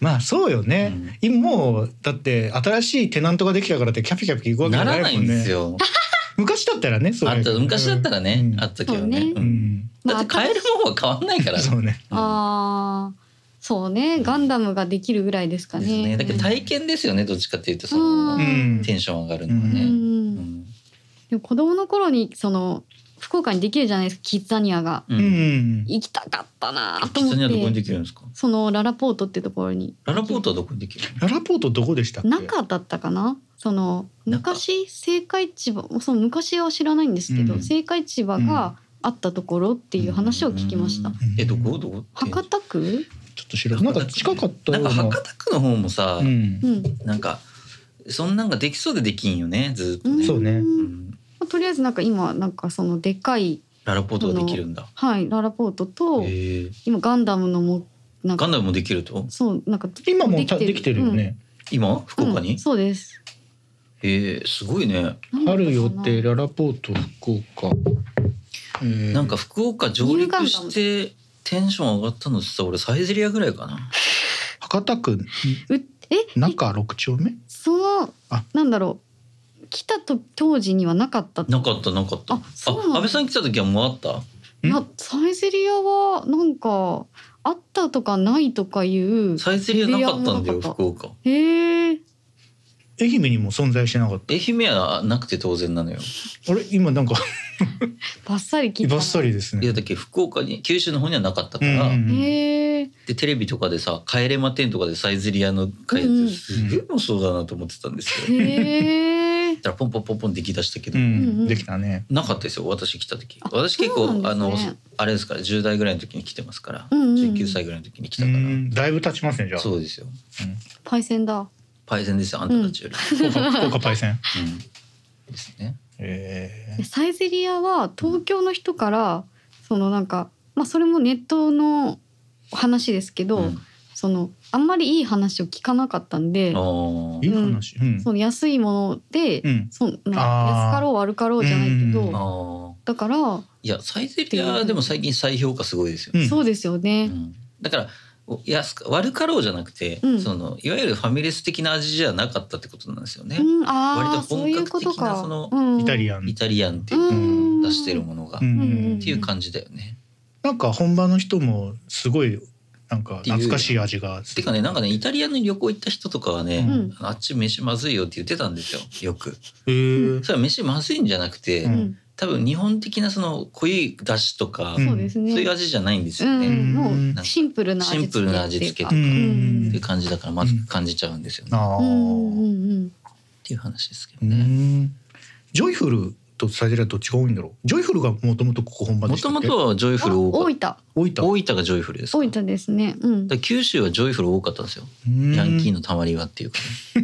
まあそうよね。今もうだって新しいテナントができたからってキャピキャピ行くわけじなゃならいないもんんね。ですよ。昔だったらね、そうあいうった昔だったらね、うんあったけどね。そうねううんん、だって買えるもんは変わんないから。そうね。あそうねガンダムができるぐらいですかですね。ね。だけど体験ですよね。どっちかっていうとそうんのうんテンション上がるのはう、ね。うんんでも子供の頃にその福岡にできるじゃないですかキッザニアがう。うんん行きたかったなとキツ思ネはどこにってできるんですか。そのララポートってところにララポートはどこにできるララポートどこでしたっけ中だったかなその中昔青果市場その昔は知らないんですけど、うん青果市場があったところっていう話を聞きました、うんえどこどこって博多区、ちょっと知らないなんか近かったなよんうかな博多区の方もさ、うんうんなんかそんなんができそうでできんよねずっとね、そうねうんまあとりあえずなんか今なんかそのでかいララポートができるんだはいララポートとへえ今ガンダムのもなんガかンダムもできるとそうなんか今もたできてるよ、ね、今う福ん岡に、うんそうですへえすごいねなんだあったかなる予定ララポート福岡、えーなんか福岡上陸してテンション上がったのってさ俺サイゼリアぐらいかな博多区うえ中六丁目そのあなんだろう来たと当時にはなかったなかったなかったあそうなんだ安倍さん来た時はもうあったんいやサイゼリアはなんかあったとかないとかいうサイゼリアなかったんだよサイゼリアもなかった福岡へえ愛媛にも存在してなかった愛媛はなくて当然なのよあれ今なんかバッサリ聞いたなバッサリですいやねだっけ福岡に九州の方にはなかったかうんうら、んへえでテレビとかでさ「帰れま10」とかでサイゼリアの回うんやうんつすげえもそうだなと思ってたんですよ。そ しへえたらポンポンポンポンできだしたけうど、うんうんんできたねなかったですよ私来た時あ私結そう構、なあんでのすねあれですから10代ぐらいの時に来てますから、うんうんうん19歳ぐらいの時に来たうから、んだいぶ経ちますねじゃあそうですよ パイセンだパイセンですよあんたたちより。福岡福岡パイセンうんですね。えいやサイゼリアは東京の人からそのなんかまあそれもネットの話ですけど、うんそのあんまりいい話を聞かなかったんであーーいい話うんその安いもので、うんそんなあー安かろう悪かろうじゃないけど、うんあーだから、いやサイゼリアでも最近再評価すごいですよね。うんそうですよねう。んだからお安か悪かろうじゃなくて、うんそのいわゆるファミレス的な味じゃなかったってことなんですよね。うん、ああ割とそう本いう格こ的となか。そのうんイタリアンイタリアンっていううん出してるものが、うっんうんていう感じだよね。なんか本場の人もすごいなんか懐かしい味がてかねなんかねイタリアに旅行行った人とかはね、うんあっち飯まずいよって言ってたんですよよく。へーそれは飯まずいんじゃなくて、うん多分日本的なその濃い出汁とか、うんんそうですね。そういう味じゃないんですうよんね。うん、っもなんうかシンプルな味付けっていシンうか。プルな味付けとうかんていう感じだからまず感じちゃうんですよね、っああうんうんうん。ていう話ですけうどね。んジョイフルとサイゼリアどっちが多いんだろうジョイフルがもともとここ本場でもしたとっけもとはジョイフル多かっ大分、大た分大分がジョイフルですか大分ですね。うんだか。ら九州はジョイフル多かったんですよ、ヤンキーのたまり場っていうか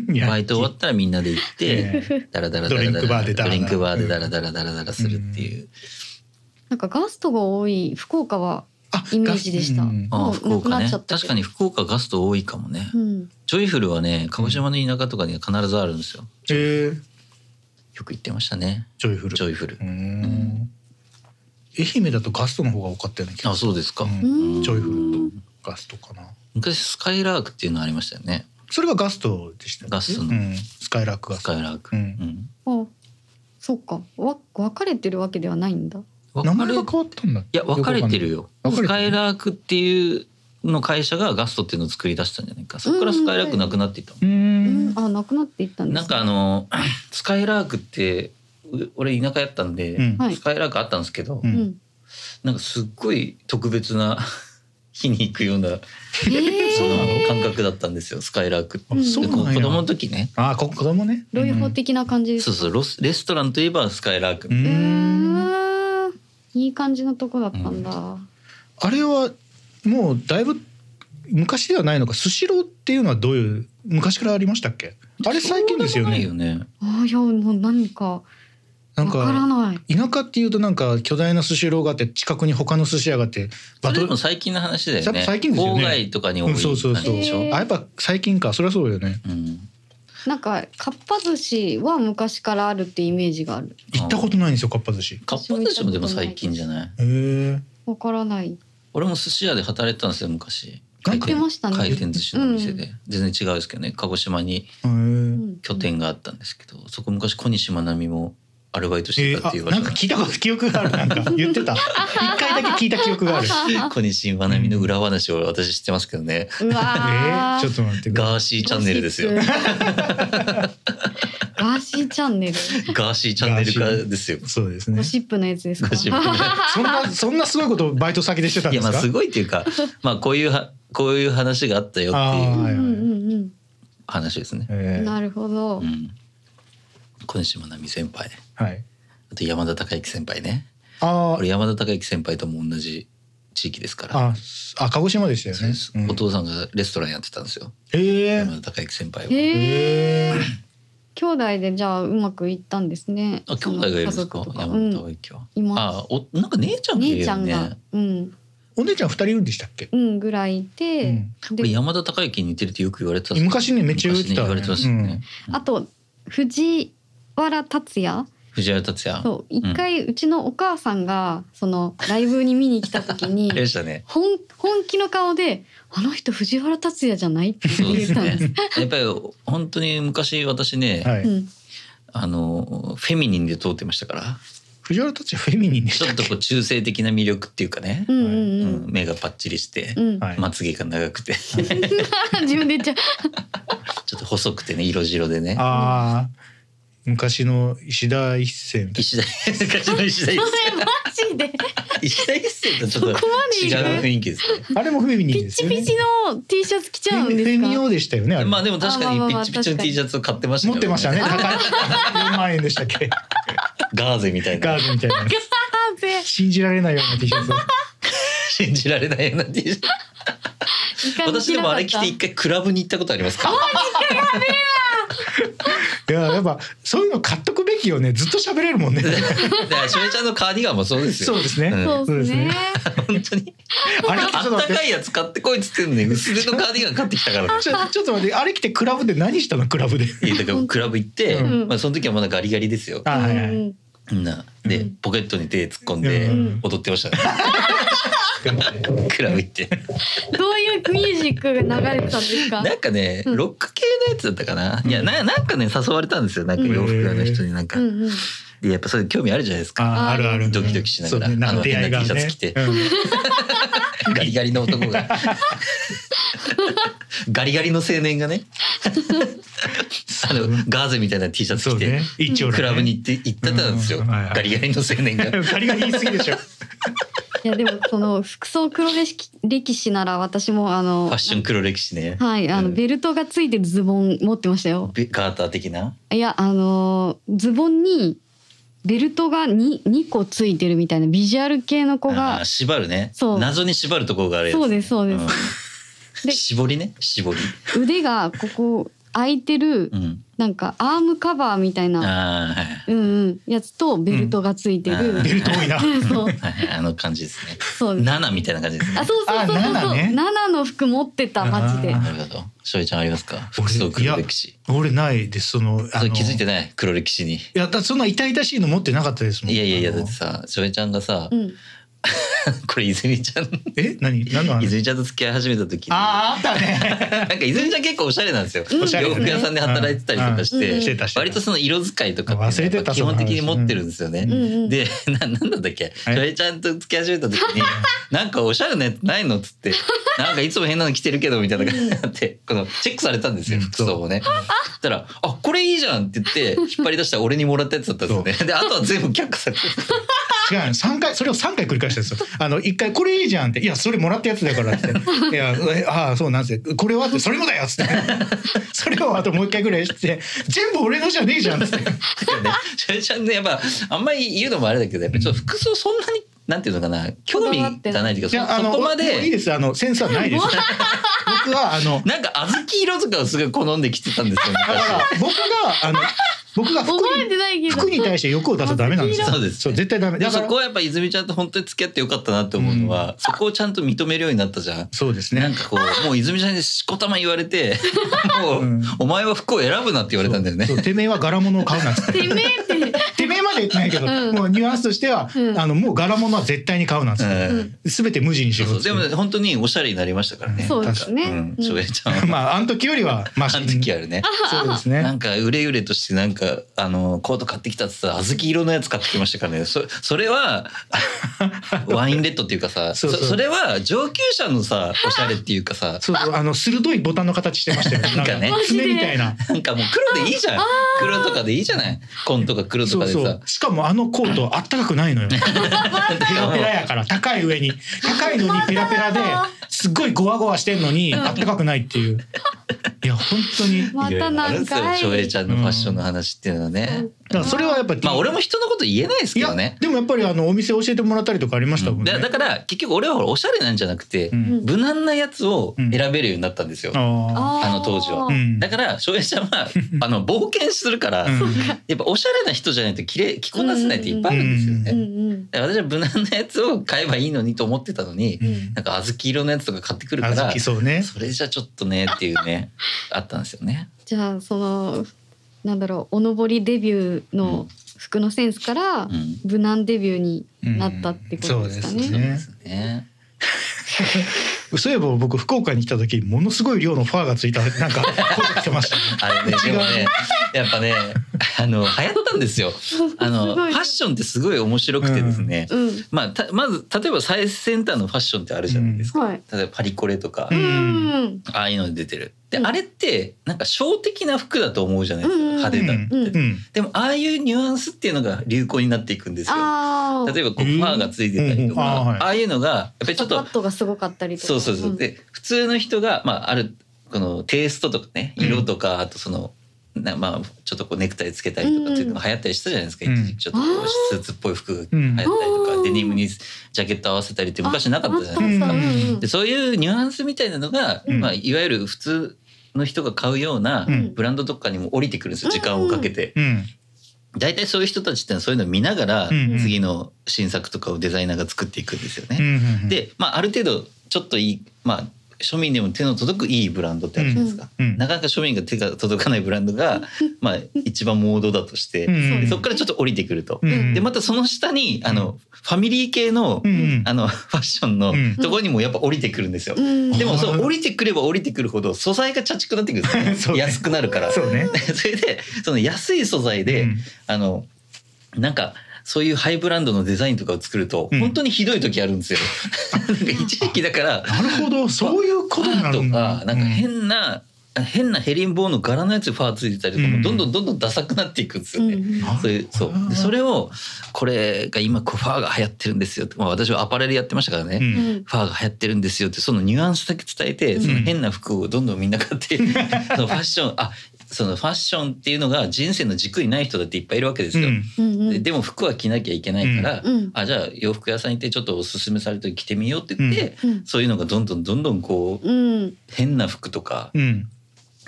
ね、のバイト終わったらみんなで行って、ダラダラダラダラドリンクバーでダドラダラリンクバーでダラダラダラダラするっていう。なんかガストが多い福岡はイメージでした。うんあもあ、う福岡なくなね。っちゃった確けどかに福岡ガスト多いかもね。うん。ジョイフルはね、鹿児島の田舎とかには必ずあるんですよ。えーよく行ってましたね。ジョイフルジョイフルう。ーん愛媛だとガストの方が多かったよねあ、そうですか。うんうんジョイフルとガストかな昔スカイラークっていうのありましたよね。それがガストでしたよねガストうのんスカイラークガスストカイラーク。ううんん。あ、そっか。わ別れてるわけではないんだ。別名れ前が変わったんだいいや、分かれてるよ。分かスれてるカイラークっていうの会社がガストっていうのを作り出したんじゃないか。そこからスカイラークなくなっていったもんうーうんん。あ、なくなっていったんです。なんかあ。のスカイラークってう俺田舎やったんで、うんはいスカイラークあったんですけど、ううんん。なんかすっごい特別な日に行くようなそええ。の感覚だったんですよスカイラークって。あそうでなんこやう子供の時ねあこ子供ねロイホ的な感じですそうそうロスレストランといえばスカイラーク、うんううーんーんいい感じのとこだったんだ。あれはもうだいぶ昔ではないのかスシローっていうのはどういう昔からありましたっけあれ最近ですよそうでねもないよねああ、いや、もう何か。なんわからかない。田舎っていうとなんか巨大なスシローがあって近くに他の寿司屋があってそバれトでルも最近の話だよね最近ですよね郊外とかに多ういんそうそう感そじうでしょ、へーあやっぱ最近かそりゃそうよねうんなんかかっぱ寿司は昔からあるってイメージがある。行ったことないんですよかっぱ寿司へかっぱ寿司もでも最近じゃないえわからない。俺も寿司屋で働いてたんですよ昔なん言ってましたね。回転寿司のお店で、う全然違うんですけどね鹿児島にへえうん拠点があったんですけど、そこ昔小西真奈美もアルバイトしえてーたっていうあ場所なんか聞いた こと記憶があるなんか言ってた一回だけ聞いた記憶がある 小西まなみの裏話を私知ってますけどね。うえー、わちょっと待ってくださいガーシーチャンネルですよゴ。シップガーシーチャ ンネル。ガーシーチャンネル化ですよ。そうですねゴシップのやつですか。ゴシップそんなそんなすごいことをバイト先でしてたんいでやすまあかすごいっていうか、まあこういうはこういう話があったよってういんううはいはいんうん話ですね。うえーん。なるほどう。ん。小西まなみ先輩、はいあと山田孝之先輩ね。あこれ山田孝之先輩とも同じ地域ですから。あああ鹿児島でしたよそうねですうんお父さんがレストランやってたんですよ。えー山田孝之先輩は。へえ。えー兄弟でじゃあうまくいったんですね。あ兄弟がいるんでそすの家か族とう山田ん。孝之は。います。あおなんか姉ちゃんがい姉るちゃよんがね。、うん、お姉ちゃん二人いるんでしたっけうんぐらいいうて、んこれで、山田孝之に似てるってよく言われてたんですけど昔ねめっちゃ言って昔ねた言われてましたよね。あと藤原達也。藤原竜也。そう、一回うちのお母さんが、そのライブに見に来た 時にあ。りましたね。本本気の顔で「あの人藤原竜也じゃない?」ってそうで言っすたんです。ね。 やっぱり本当に昔私ね、うんはういんあのフェミニンで通ってましたから、藤原たちはフェミニンでしちたょっとこう中性的な魅力っていうかねう、んうんううんん目がパッチリして、うんはいまつげが長くて、 自分で言っちゃうちょっと細くてね色白でね。ああ昔の石田一世みたい石田昔の石田一世それマジで石田一世とちょっそことまでい違う雰る囲気ですね。なあれもフェミニピンでッすチよねピチの T シャツ着ちゃうフェミんフですェミか 用でしたよねあれ、まあでも確かにあまあピまあッチピチの確かに T シャツを買ってました持けっどねてましたね。高い 4万円でしたっ けガーゼみたいガなーズみ たいなあぜ信じられないような T シャツを信じられないような T シャツ。いかに私でもあれ着て一着回クラブに行ったことありますか。いややっぱそういうの買っとくべきよねずっと喋れるも んねだからしめちゃんのカーディガンもそうですよ。そうですね、なかったそうですね本当に。あれちょっあっと待たってかいやつ買ってこいっつってんのに薄手のカーディガン買ってき たからね。ちょちょっと待ってあれ来てクラブで何したのクラブでいやだからクラブ行って、うんまあその時はまだガリガリですよ。あはいはういんみんなでポケットに手突っ込んうでん踊ってましたね。 クラブ行って。どういうミュージックが流れてたんですかなんかね、うんロック系のやつだったかな。いやななんかね誘われたんですよ。なんか洋服屋の人になんか、うでんうんやっぱそれ興味あるじゃないですか。ああるあるドキドキしながらそうねなんか出会いがあの変なね T シャツ着てうんガリガリの男 が。ガリガリの青年 がね。あのガーゼみたいな T シャツそ着うて、ね一応ねクラブに行って行ってたんですよ。うんはいはいガリガリの青年が。ガリガリ言い過ぎでしょいやでもその服装黒歴史なら私もあフのァッション黒歴史ね。はいあうのんベルトがついてるズボン持ってましたよベガーター的な。いやあのーズボンにベルトが 2, 2個ついてるみたいなビジュアル系の子あがー縛るね。そう謎に縛るところがあるやつね、そうですそうですんで絞りね、絞り。腕がここ開いてるうん。なんかアームカバーみたいな、あうんうん、やつとベルトがついてうんあるベ、ルト多いな そあ、はういはい、あの感じですね。そうですナナみたいな感じですねあ。そうそうそうそうあそ7う、ね7の服持ってたマジであなるほど。しょいちゃんありますか。服装俺いや黒歴史。俺ないですそのあそのれ気づいてない、黒歴史に。いやだそんな痛々しいの持ってなかったですもんいやいやいや、あだのってさ、しょいちゃんがさう、ん これ泉ちゃん。え何何の話泉ちゃんと付き合い始めた時に。なんかあああったね泉ちゃん結構おしゃれなんですよ。うんおしゃれ洋です服ね屋さんで働いてたりとかしうんてし。てたしてた割とその色使いとかっていうのはやっ忘ぱれてた基本的に持ってるんですよね。うんうんで、な、なんだったっけ、ははいい、ちゃんと付き始めた時に、なんかおしゃれなやつないのっつって、なんかいつも変なの着てるけどみたいな感じになって、このチェックされたんですよ、うん服装をね。そしたら、あ、これいいじゃんって言って、引っ張り出したら俺にもらったやつだったんですよね。で、あとは全部却下されて違うの三回それを三回繰り返したんですよあの一回これいいじゃんっていやそれもらったやつだから っていやえああそうなんですよこれはってそれもだよっつって それをあともう一回ぐらいして全部俺のじゃねえじゃんっつってたよね。しょえちゃんね、やっぱ、あんまり言うのもあれだけど、やっぱちょっと服装そんなに、なんていうのかな、興味がないというじか、ゃあそのそこまもういいで、ですあのセンスはないです僕はあのなんか小豆色とかをすごい好んで着てたんですよ、だから昔。僕があの僕が服覚えにてないけど服に対して欲を出すとダメなんですよ。そうですねそう絶対ダメ。でだもかそらこはやっぱ泉ちゃんと本当に付き合ってよかったなって思うのは、そこをちゃんと認めるようになったじゃん。そうですなんね。かこうもう泉ちゃんにしこたま言われてもう、うんお前は服を選ぶなって言われたんだよねそう。てめえは柄物を買うなっつって。てめえっててめえままで言ってないけど、うんもうニュアンスとしては、うんあのもう柄物は絶対に買うなんつって、うんすべて無地にしそうろそっうつでっても本当におしゃれになりましたからね。そうですうねん。、翔平ちゃんは。 まああの時よりはマシあの時あるね。そうですなね。んかうれうれとしてなんかあのコート買ってきたってさ小豆色のやつ買ってきましたからねそそ れはワインレッドっていうかさそそうそうそれは上級者のさおしゃれっていうかさそうあの鋭いボタンの形してましたよ。なんかねなん爪みたいな。なんかもう黒でいいじゃん黒とかでいいじゃない紺とか黒とそかうでそさう。しかもあのコートあったかくないのよ。ペラペラやから高い上に高いのにペラペラですっごいゴワゴワしてんのにあったかくないっていう。いや本当に。またなんかい。翔平ちゃんのファッションの話っていうのはね、だからそれはやっぱまあ俺も人のこと言えないですいけどやねでもやっぱりあのお店教えてもらったりとかありましたもんねだ。だから結局俺はほらおしゃれなんじゃなくて、うん無難なやつを選べるようになったんですよ、ああの当時はーうんだから翔平ちゃん はあの冒険するから、うんやっぱおしゃれな人じゃないと着れ着こなせないっていっぱいあるんですよね、うんうん。だから私は無難なやつを買えばいいのにと思ってたのに、うんなんか小豆色のやつとか買ってくるか小ら豆そうね。それじゃちょっとねっていうね あったんですよね。じゃあそのなんだろうおのぼりデビューの服のセンスからうん無難デビューになったってことですかうんそうですねそね。うですねそういえば僕福岡に来た時ものすごい量のファーがついたなんかコート着てま したね。あれね、でもね、やっぱね、あの、流行ったんですよ。 あの、すフごァいッションってすごい面白くてですね。うん。まあ、たまず、例えば最先端のファッションってあるじゃないですか。はい。例えばパリコレとかうう、んん。ああいうので出てる。で、うんあれって、なんか、小的な服だと思うじゃないですか。うんうんうん派手だって。うん。でも、ああいうニュアンスっていうのが流行になっていくんですよ。ああ。例えば、こう、うフんァーがついてたりとか、うんうんあーはいああいうのが、やっぱりちょっパとッドがすごかったりとか。そうそうそう、んで普通の人が、まあ、あるこのテイストとかねうん色とか、あとそのなまあちょっとこうネクタイつけたりとかっていうのが流行ったりしたじゃないですか、うん一時期ちょっとこうスーツっぽい服がう流行っんたりとか、うんデニムにジャケット合わせたりって昔なかったじゃないいですかあったあったうんうんでそういうニュアンスみたいなのが、うんまあ、いわゆる普通の人が買うようなうんブランドとかにも降りてくるんですよ時間をかけて。うん。大体そういう人たちってのはそういうのを見ながら、うん次の新作とかをデザイナーが作っていくんですよね。うん。で、まあ、ある程度ちょっといい、まあ、庶民でも手の届くいいブランドってあるじゃないですか、うんなかなか庶民が手が届かないブランドが、まあ、一番モードだとして、うんでそこからちょっと降りてくると、うんでまたその下にあのファミリー系の,、うんあのファッションのうんところにもやっぱ降りてくるんですよ。うん。でもそううん降りてくれば降りてくるほど素材が茶畜くなってくるんですよ ねそうね安くなるから。そうね それでその安い素材で、うんあのなんかそういうハイブランドのデザインとかを作ると、うん本当にひどい時あるんで すよ。なんか一時期だからなるほ ど、そういうことになるとんかだ。なんか変な、変なヘリンボーンの柄のやつにファーついてたりとか、うんどんどんどんどんダサくなっていくんですうよんね。うん。あそういうそうでそれをこれが今こうファーが流行ってるんですよって、まあ、私はアパレルやってましたからね、ううんんファーが流行ってるんですよってそのニュアンスだけ伝えて、うんその変な服をどんどんみんな買ってそのファッションあそのファッションっていうのが人生の軸にない人だっていっぱいいるわけですうよ。ん。うんうでん。でも服は着なきゃいけないから、うんうんあじゃあ洋服屋さん行ってちょっとおすすめされて着てみようって言って、うんそういうのがどんどんどんどんこううん。変な服とか、うん。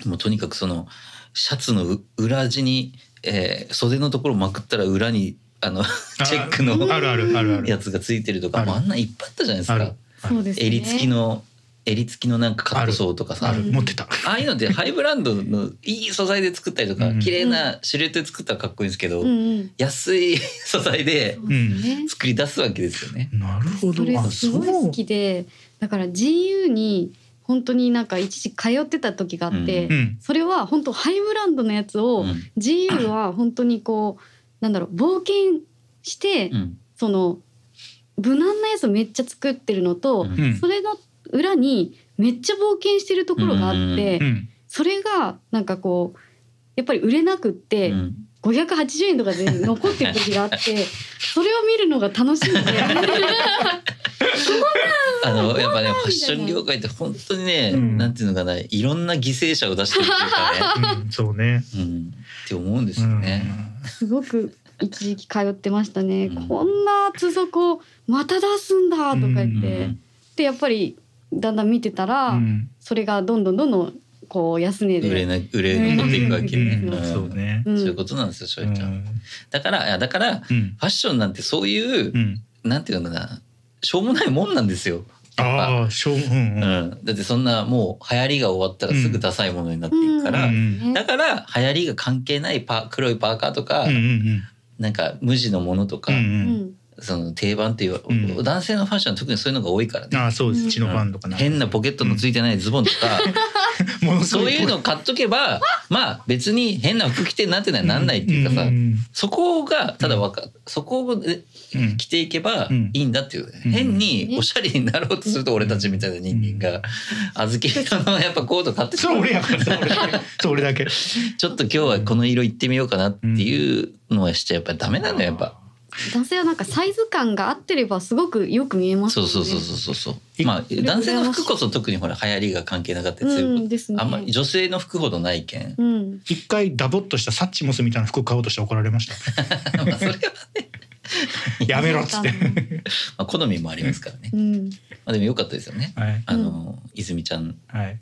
もうとにかくそのシャツのう裏地に、えー袖のところまくったら裏にあのチェックのあるあるあるある。やつがついてるとかあるもうあんなんいっぱいあったじゃないですあかる。そうですね。襟付きの襟付きのなんかカットソーとかさあある。持ってた。あいうのってハイブランドのいい素材で作ったりとか、うん綺麗なシルエットで作ったらかっこいいんですけど、うんうん。安い素材でそうですね。作り出すわけですよね。なるほどそ。れあ、すそごいう好。きでだから GU に本当になんか一時通ってた時があって、ううん。それは本当ハイブランドのやつうを、ん GU は本当にこうなんだろう冒険して、うんその無難なやつをめっちゃ作ってるのと、うんうん。それの裏にめっちゃ冒険してるところがあって、うん。それがなんかこうやっぱり売れなくって、うん580円とかで残ってる時があってそれを見るのが楽しみで。あのそうやっぱねなんだファッション業界って本当にね、うんなんていうのかないろんな犠牲者を出してるっていうかね、うんそうね。うん、って思うんですうよんね。すごく一時期通ってましたね。うんこんな厚底をまた出すんだとか言っうて、んでやっぱりだんだん見てたら、うん。それがどんどんどんどんこう安値売れで、な売れ残っていくわけね。うんうんそうね。うんそういうことなんですよ、しうょいちゃん。ん。だからいやだからフうん。ァッションなんてそういう、うん。なんていうのかなしょうもないもんなんですよ。ああ、しょう。うん。ううんん、だってそんなもう流行りが終わったらすぐダサいものになっていくから、うん。ねだから流行りが関係ないパー黒いパーカーとか、うん。うん。なんか無地のものとか、うんううんんその定番っていう、うん男性のファッションは特にそういうのが多いからね。ああそうです。チノパンとかなんか変なポケットのついてないズボンとか、 ものすそごういうの買っとけば、まあ別に変な服着てなってないなんないっていうかさ、んんそこがただわか、そこをねうんうん着ていけばうんいいんだっていうね、うん変におしゃれになろうとすると俺たちみたいな人間が小豆色のやっぱコート買ってそれ俺やからさ俺だけそう俺だけちょっと今日はこの色いってみようかなっていうのはしちゃやっぱダメなのよやっぱ、男性はなんかサイズ感が合ってればすごくよく見えますそようね。そうそうそうそうそうまあい男性の服こそ特にほら流行りが関係なかったりする、うんですね。あんまり女性の服ほどないけんうん。一回ダボっとしたサッチモスみたいな服買おうとして怒られました。 まあそれは、やめろっつって。まあ、好みもありますからね、うん。まあ、でも良かったですよねはいあの、泉ちゃんのはい。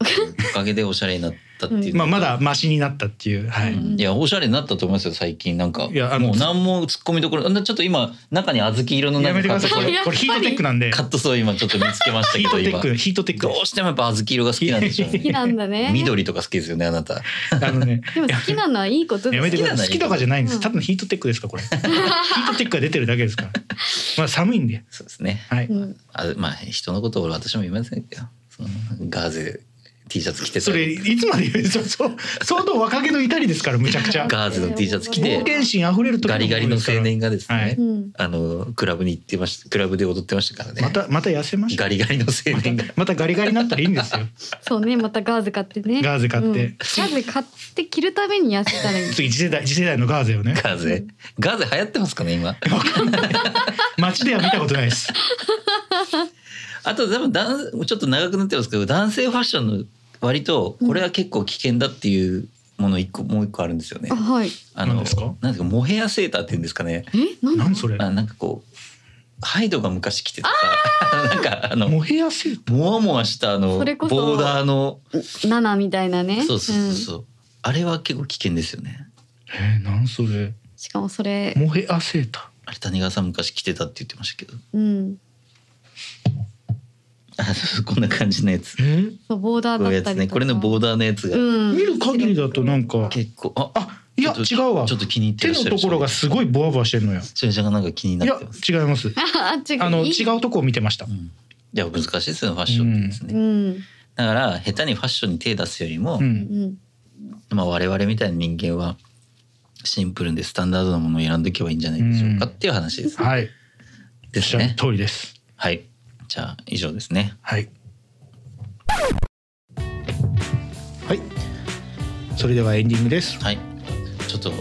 おかげでおしゃれになったっていう、まあまだマシになったっていう。はうい。んいやおしゃれになったと思いますよ最近なんかいやあのもう何も突っ込みどころあなちょっと今中に小豆色のやなんめてくかカだッさい。これトソーこれヒートテックなんで。カットソー今ちょっと見つけましたけヒート どテッ今クヒートテックど。うしてもやっぱ小豆色が好きなんでしょ う好きねなんだね。。 緑とか好きですよねあなたあのね。でも好きなのはいいことですやめてください。好好ききなとんだかじゃないんでうす。んただのヒートテックですか これ。ヒートテックが出てるだけですから。まあ寒いんで。そうですねはい。うんあまあ人のことを私も言いませんけどそのガーゼ T シャツ着てたそれりいつまで言うそうそう相当若気の至りですからむちゃくちゃ。ガーゼの T シャツ着冒て険心溢れる時ガリガリの青年がですね、はいうん。あのクラブに行ってましたクラブで踊ってましたからねまたまた痩せました。ガリガリの青また年がまたガリガリになったらいいんですよ。そうね。またガーゼ買ってね。ガーゼ買ってうんガーゼ買って着るために痩せたらいい。次次世代次世代のガーゼを ね。ガーゼガーゼ流行ってますかね今街では見たことないです。あと多分男ちょっと長くなってますけど男性ファッションの割とこれは結構危険だっていうもの一個もう一個あるんですよねあ。はい。あの何ですかなんですかモヘアセーターっていうんですかね。え、なんだ何それ。あなんかこうハイドが昔着てたさ なんかあのモヘアセーもわもわしたあのボそれこそーダーのナナみたいなね。そうそうそうそうう、あれは結構危険ですよね。ター。えー、なんそれ。んしかもそれ、モヘアセータあれ谷川さん昔着てたって言ってましたけどうん。あそうこんな感じのやつ。ー。えーそうボーダーこういうだやったつりねこれのボーーダーのやつがうん。見る限りだとなんか。結構ああ、いやちょっ違とうわちょ。っと気に入って手らっしゃのると人ころがすごいボワボワしてるのよ。それじゃがなんか気にいなやってます。違います。 あ、違う。あの違うとこを見てましたう。ん、いや難しいですよねファッションってですね、うん。だから下手にファッションに手出すよりう。も、うんん。まあ、我々みたいな人間はシンプルでスタンダードなものを選んでいけばいいんじゃないでしょうかうんっていう話です,、はい。でおっすしゃるね通りです。はいじゃあ以上ですねはい。はい。それではエンディングです。はいちょっと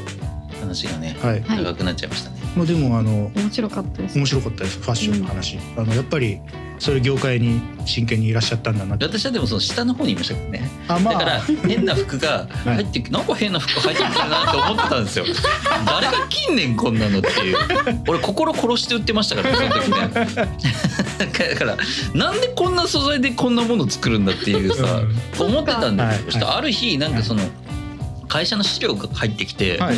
話がね、はい。はい長くなっちゃいましたねまあでもあの面白かったです。面白かったです。ファッションの話。あのやっぱりそういう業界に真剣にいらっしゃったんだなって。私はでもその下の方にいましたけどね、あまだからあ。変な服が入ってきなんか変な服入ってきたなって思ってた んですよ誰が近年こんなのっていう俺心殺して売ってましたからねその時ね だからなんでこんな素材でこんなもの作るんだっていうさ、思ってたんですよ、はいそしたらある日なんかその会社の資料が入ってきて、はい。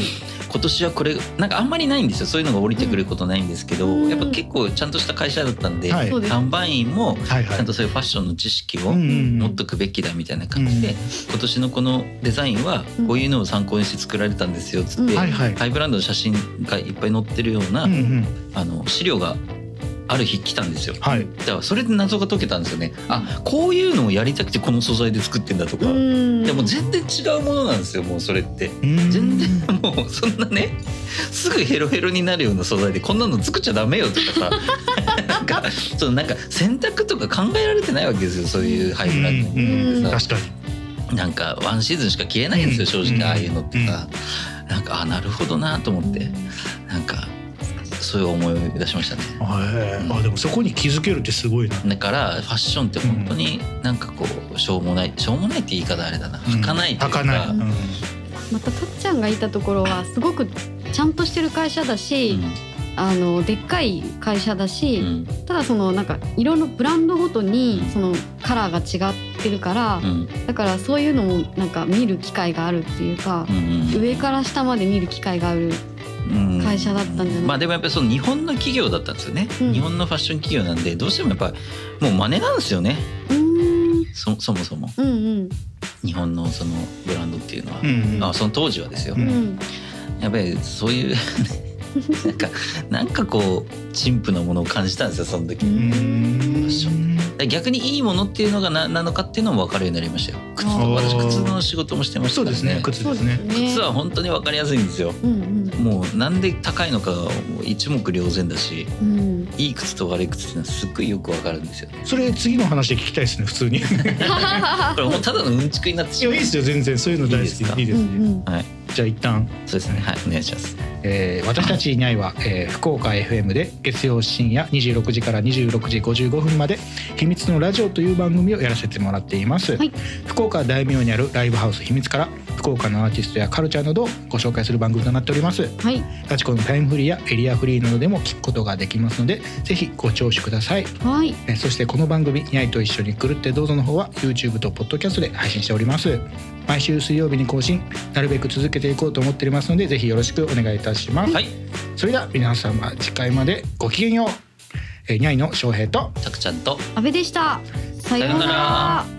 今年はこれなんかあんまりないんですよそういうのが降りてくることないんですけど、うんやっぱ結構ちゃんとした会社だったんで、はいそうです。販売員もはいちはゃんいと。そういうファッションの知識を、うん持っとくべきだみたいな感じで、うん今年のこのデザインはうんこういうのを参考にして作られたんですよっつって、うんはいはい。ハイブランドの写真がいっぱい載ってるような、うんうん。あの資料がある日来たんですよ。はい。だからそれで謎が解けたんですよね。あこういうのをやりたくてこの素材で作ってんだとか。うん。でも全然違うものなんですよもうそれって全然もうそんなねすぐヘロヘロになるような素材でこんなの作っちゃダメよと かさなんかそのなんか選択とか考えられてないわけですよそういうハイブランドのうんうんさ確かに。なんかワンシーズンしか着れないんですよ、うん正うん直ああいうのってさ、なんかあなるほどなと思ってなんかそういう思い出しましたねはいあでもそこに気づけるってすごいな。だからファッションって本当になんかこうしょうもないしょうもないって言い方あれだなうん儚いというか、儚い。うんまたたっちゃんがいたところはすごくちゃんとしてる会社だし、あのでっかい会社だうんうし、んただそのなんか色のブランドごとにうんそのカラーが違ってるからう、んだからそういうのもなんか見る機会があるっていうかう、んうん上から下まで見る機会がある。うん会社だったんじゃないまあでもやっぱりその日本の企業だったんですよね、うん日本のファッション企業なんでどうしてもやっぱもう真似なんですよねうーん、そそもそもうんうん日本のそのブランドっていうのは、うんうんまあその当時はですよ、ううんんやべえそういう なんかなんかこう陳腐なものを感じたんですよその時ううーんんで逆にいいものっていうのがななのかっていうのも分かるようになりましたよ靴とあー私靴の仕事もしてましたそうからですね靴ですね靴は本当に分かりやすいんですようんうんもうなんで高いのかがもう一目瞭然だしうん。いい靴と悪い靴っていうのはすっごいよく分かるんですよねそれ次の話で聞きたいですね普 通にいやこれもうただのうんちくになってしまういいですよ全然そういうの大好きいいですかいいでうすんうねん。はいじゃあ一旦そうですねはいお願いしますえー私たちいないは、えー福岡 FM で月曜深夜26時から26時55分まで「秘密のラジオ」という番組をやらせてもらっています、はい福岡大名にあるライブハウス秘密から福岡のアーティストやカルチャーなどをご紹介する番組となっておりますはい。ラチコのタイムフリーやエリアフリーなどでも聞くことができますのでぜひご聴取くださいはい。えーそしてこの番組「ニャイと一緒に狂ってどうぞ」の方は YouTube と Podcast で配信しております毎週水曜日に更新なるべく続けていこうと思っておりますのでぜひよろしくお願いいたします、はいそれでは皆様次回までごきげんよう、えー、ニャイの翔平とたくちゃんと安倍でした。さようさよなうなら。